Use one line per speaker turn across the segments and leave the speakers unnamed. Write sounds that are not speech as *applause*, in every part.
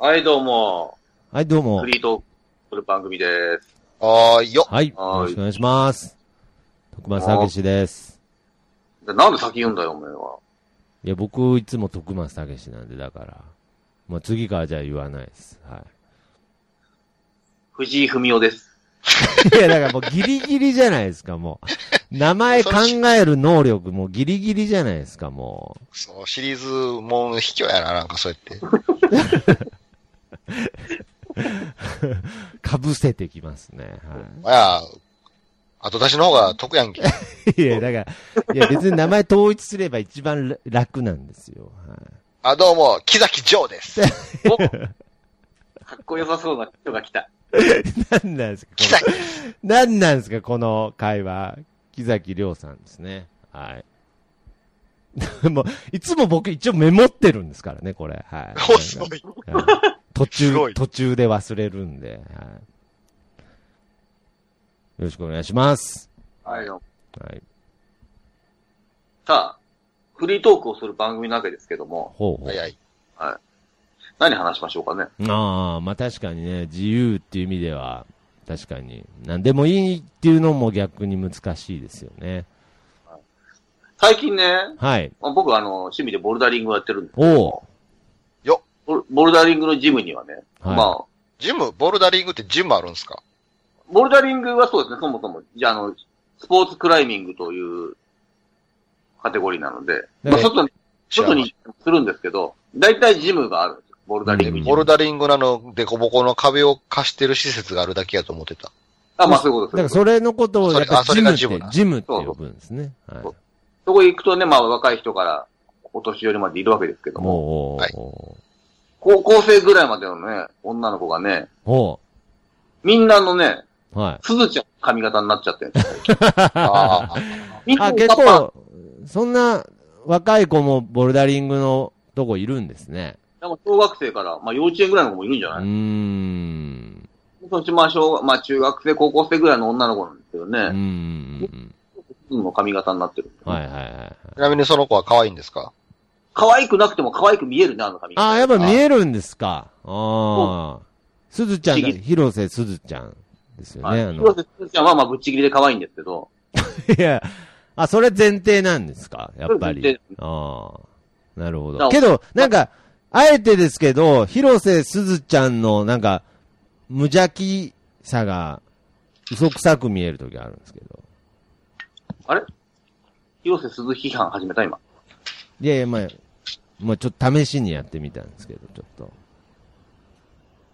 はい、どうも。
はい、どうも
フ。リートークする番組です。
あーいよ。
はい、よ
は
ろ
い
しくお願いします。徳松たけしです。
でなんで先言うんだよ、お前は。
いや、僕、いつも徳松たけしなんで、だから。まあ、次からじゃあ言わないです。は
藤井文雄です。
*laughs* い。いや、だからもうギリギリじゃないですか、もう。名前考える能力もギリギリじゃないですか、も
そう、シリーズもう卑怯やな、なんかそうやって。
う。かぶせてきますね。は
まあ、後出しの方が得やんけ。
い。いや、だから、いや、別に名前統一すれば一番楽楽なんですよ。はい。
あ、どうも、木崎ジョ
*laughs*
ーです。
おかっこよさそうな人が来た。
*laughs* なんなんですか
木崎。
なんなんですか、この会話。木崎亮さんですね。はい。 *laughs* もう、いつも僕一応メモってるんですからね、これ。
*laughs*
はい。
お、すごい。
はい途
すご
中、
い
途中で忘れるんで、はい。よろしくお願いします。
はい、どうも。
はい。
さあ、フリートークをする番組なわけですけども、
ほうほう。
早い。
何話しましょうかね。
ああ、まあ確かにね、自由っていう意味では、確かに、何でもいいっていうのも逆に難しいですよね。
最近ね、
はい。
まあ僕あの、趣味でボルダリングをやってるんですけど
おう。
ボルボルダリングのジムにはね、
はい
まあ、
ジム、ボルダリングってジムあるんすか
ボルダリングはそうですね、そもそも、じゃあ、あの、スポーツクライミングというカテゴリーなので、
ね
まあ、外に、
知ら
外
ない
にするんですけど、大体ジムがあるんですよ、ボルダリング
うん
ジム。
ボルダリングなの、デコボコの壁を貸してる施設があるだけやと思って
*laughs*
た。
あ、まあそういうこと
だか
で
ら
す。そ
それのことをやっぱ
あそれ
ジ
あ
ムって、
それがジム
ジム
な
って呼ぶんですね。はい。
そう
こ行くとね、まあ若い人からお年寄りまでいるわけですけども、
もう、
はい
高校生ぐらいまでのね、女の子がね、
ほ
みんなのね、
う。はい。
すずちゃんの髪型になっちゃってるんですよ。
あ
みんな
あ、
の
結
パパ、
構、そんな若い子もボルダリングのとこいるんですね。
なんか小学生から、まあ幼稚園ぐらいの子もいるんじゃ
う
な
ー
い、
ん。
そのうちまあ小、まあ中学生、高校生ぐらいの女の子なんですけどね、
うーん。
いつもの髪型になってるんですよね、
はいはいはいはい。
あ。ちなみにその子は可愛いんですか
可愛くなくても可愛く見えるね、あの髪型。
あ、やっぱ見えるんですか。ああ。すずちゃんだ、
不思議
広瀬すずちゃんですよ
はい
ね。あの
広、瀬すずちゃんはまあぶっちぎりで可愛いんですけど、
*laughs* いや、あ、それ前提なんですかやっぱ
それ
り
前。
ああ。なるほ
だか
ど。
ら
けど、なんか、あえてですけど、広瀬すずちゃんの、なんか、無邪気さが、嘘くさく見える時あるんですけど。
あれ広瀬すず批判始めた今。
いやいや、まあ、まあ、ちょっと試しにやってみたんですけど、ちょっと。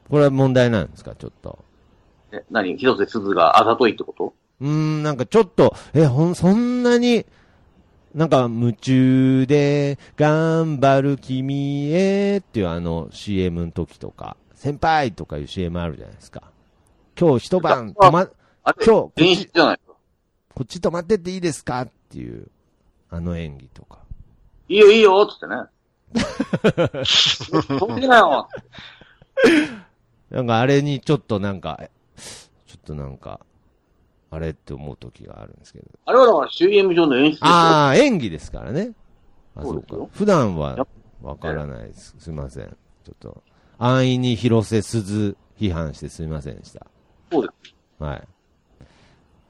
これは問題なんですかちょっと。
え、何広瀬すずがあざといってこと
うーん、なんかちょっと、え、ほん、そんなに、なんか、夢中で、頑張る君へっていうあの CM の時とか、先輩とかいう CM あるじゃないですか。今日一晩、
あ
泊ま、
あれ
今日、
演出じゃないの
こっち泊まってっていいですかっていう、あの演技とか。
いいよいいよつってね。
*laughs*
飛んでなよ
なんかあれにちょっとなんか、えちょっとなんか、あれって思う時があるんですけど。
あれはだから CM 上の演出でしょ
ああ、演技ですからね。あ、
*laughs* そ
そうう
ですよ
か。普段は
や
わからないです。すいません。ちょっと、安易に広瀬すず批判してすいませんでした。
そうです。
はい。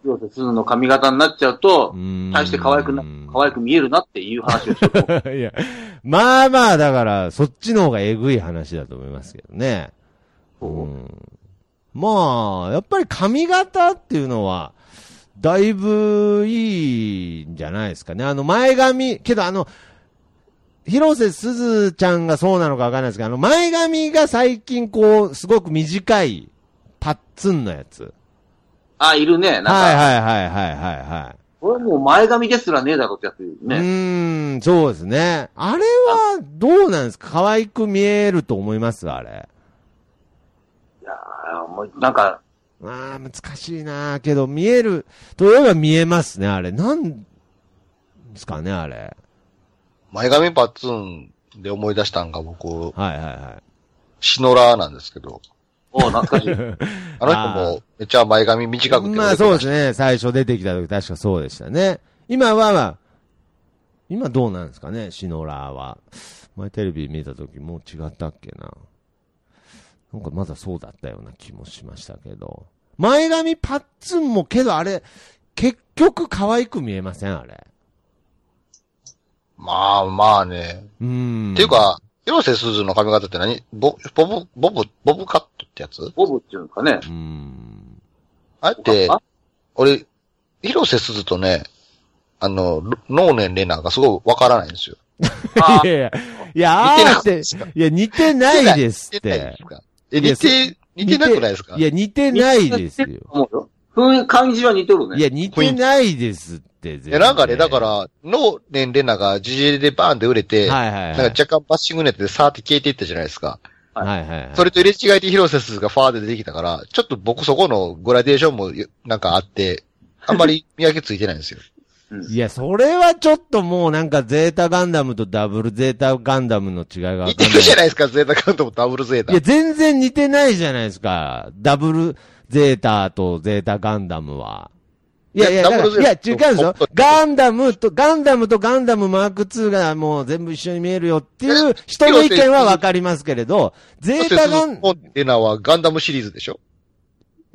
広瀬すずの髪型になっちゃうと、大して可愛くな、可愛く見えるなっていう話をしようと思う。
く。いや、 *laughs* まあまあ、だから、そっちの方がえぐい話だと思いますけどね。
そう
うん。まあ、やっぱり髪型っていうのは、だいぶいいんじゃないですかね。あの前髪、けどあの、広瀬すずちゃんがそうなのかわかんないですけど、あの前髪が最近こう、すごく短い、パッツンのやつ。
あ、いるね。なんか、
はいはいはいはいはいはい。
これはもう前髪ですらねえだろってやつ
う
ね。
ーん、そうですね。あれは、どうなんですか可愛く見えると思いますあれ。
いやーもうなんか、
ああ、難しいなーけど、見える、といえば見えますね、あれ。なん、ですかね、あれ。
前髪パッツンで思い出したんが僕、
はいはいはい。
シノラーなんですけど、
おー懐かしい。
*laughs*
あの人もめっちゃ前髪短くて。
まあそうです
ね。
ね。最初出てきた時確かそうでしたね。今は、まあ今どうなんですかね、シノラーは。前テレビ見た時もう違ったっけな。なんかまだそうだったような気もしましたけど。前髪パッツンもけどあれ、結局可愛く見えませんあれ。
まあまあね。
うーん。
っていう、か、広瀬すずの髪型って何ボボブ、ボブ、ボブカットってやつ
ボブっていうんですかね
う。ーん。
あれって
あ、
俺、広瀬すずとね、あの、ロ能年レナがすごいわからないんですよ。
あ
いやいや、いや、あ
似て
あ
な
っ
くな
て
いですか、
いや、似てないですっ
似てない
て
です。かえ、
いや
似て、似てなくないですか
いや、似てないですよ。
思うよ。雰囲感じは似てるね。
いや、似てないですって。
え、なんかね、だか、ら、能年レナがジジレでバーンで売れて、
はいはい
なん
はい。
か若干バッシングネットでさーって消えていったじゃないですか。
はいはいはい。
それと入れ違えて広瀬すずがファーで出てきたから、ちょっと僕そこのグラデーションもよなんかあって、あんまり見分けついてないんですよ。
いや、それはちょっともうなんかゼータガンダムとダブルゼータガンダムの違いがわかんな
似てるじゃ
い
ないですか、ゼータカントもダブルゼータ。
いや、全然似てないじゃないですか。ダブルゼータとゼータガンダムは。いやいや、
ダ
だか
ブ
ら
ル
いや、違
ゼ
うんです
ータ
よ
本当。に
ガンダムと、ガンダムとガンダムマーク2がもう全部一緒に見えるよっていう人の意見はわかりますけれど、ゼ
広
ー
瀬す
タ
ず
ガン、
のレナはガンダムシリーズでしょ
*laughs*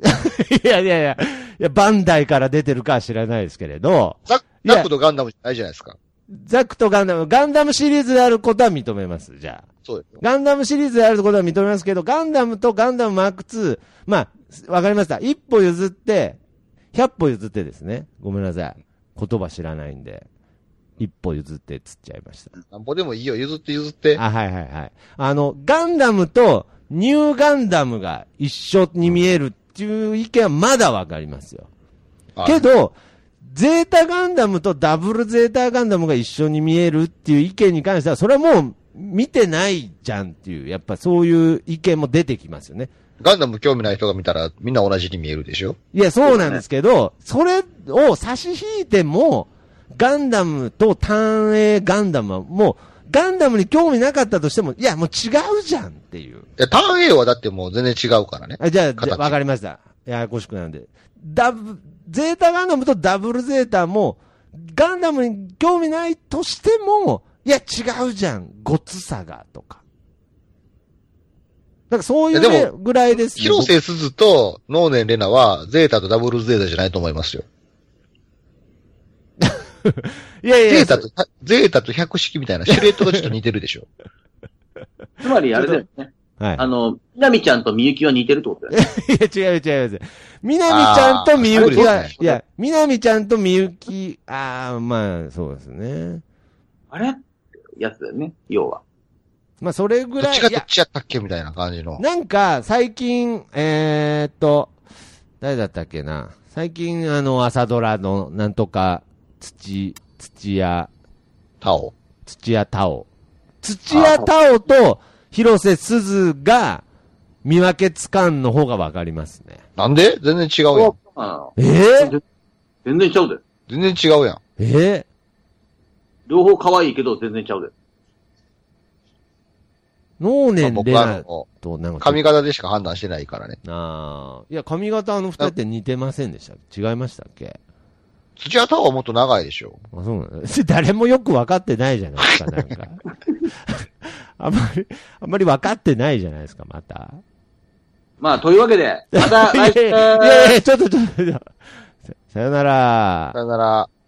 いやいやいや、いや、バンダイから出てるかは知らないですけれど、
ザ
いや
ザクとガンダムじゃないじゃないですか。
ザクとガンダム、ガンダムシリーズであることは認めます、じゃあ。
そうですよ。
ガンダムシリーズであることは認めますけど、ガンダムとガンダムマーク2、まあ、わかりました。一歩譲って、百歩譲ってですね。ごめんなさい。言葉知らないんで、一歩譲ってっつっちゃいました。
なんぼでもいいよ、譲って譲って。
あ、はいはいはい。あの、ガンダムとニューガンダムが一緒に見えるっていう意見はまだわかりますよ。
あ
けど、ゼータガンダムとダブルゼータガンダムが一緒に見えるっていう意見に関しては、それはもう見てないじゃんっていう、やっぱそういう意見も出てきますよね。
ガンダム興味ない人が見たらみんな同じに見えるでしょ
いや、そうなんですけど、それを差し引いても、ガンダムと単影ガンダムはもう、ガンダムに興味なかったとしても、いや、もう違うじゃんっていう。
いや、ターン A はだってもう全然違うからね。
あじゃあ、じゃあ
形
わかりました。ややこしくなんで。ダブ、ゼータガンダムとダブルゼータも、ガンダムに興味ないとしても、いや、違うじゃん。ごつさが、とか。なんかそういう、
いや
ね
で、も
ぐらいです、ね。
広瀬すずと能年レナはゼータとダブルゼータじゃないと思いますよ。
僕いやいやい
ゼ
や
ータと、ゼータと百式みたいなシルエットがちょっと似てるでしょ。
つまりあれだよね。
はい。
あの、みなみちゃんとみゆきは似てるってことだよね。
いや、違う違う違う。みなみちゃんとみゆき
あーそう
は、
ですね
いや、みなみちゃんとみゆき、ああ、まあ、そうですね。
あれやつだよね、要は。
まあ、 *laughs* それぐ
ど
ら
っ
い。
ちが
い
ど
や
っちやったっけみたいな感じの。
なんか、最近、えー、っと、誰だったっけな。最近、あの、朝ドラの、なんとか、土、土屋、
タオ。
土屋太鳳。土屋太鳳と広瀬すずが、見分けつかんの方がわかりますね。
なんで全然違うやん。
あ
えー、
全然ちゃうで。
全然違うやん。
えー、
両方可愛いけど全然ちゃうで。
能年
僕
レ
はあ
ナ
の、
となんか、
髪型でしか判断してないからね。
ああ。いや、髪型あの二人って似てませんでした違いましたっけ
土屋太鳳はもっと長いでしょ。
あ、そうなんだ。 *laughs* 誰もよく分かってないじゃないですか、なんか。 *laughs* あんまり、あんまり分かってないじゃないですか、また。
まあ、というわけで、また来
*laughs* い
週
や
*laughs*
いやいやいや、ちょっとちょっと。ちょっとささよなら
さ。よなら。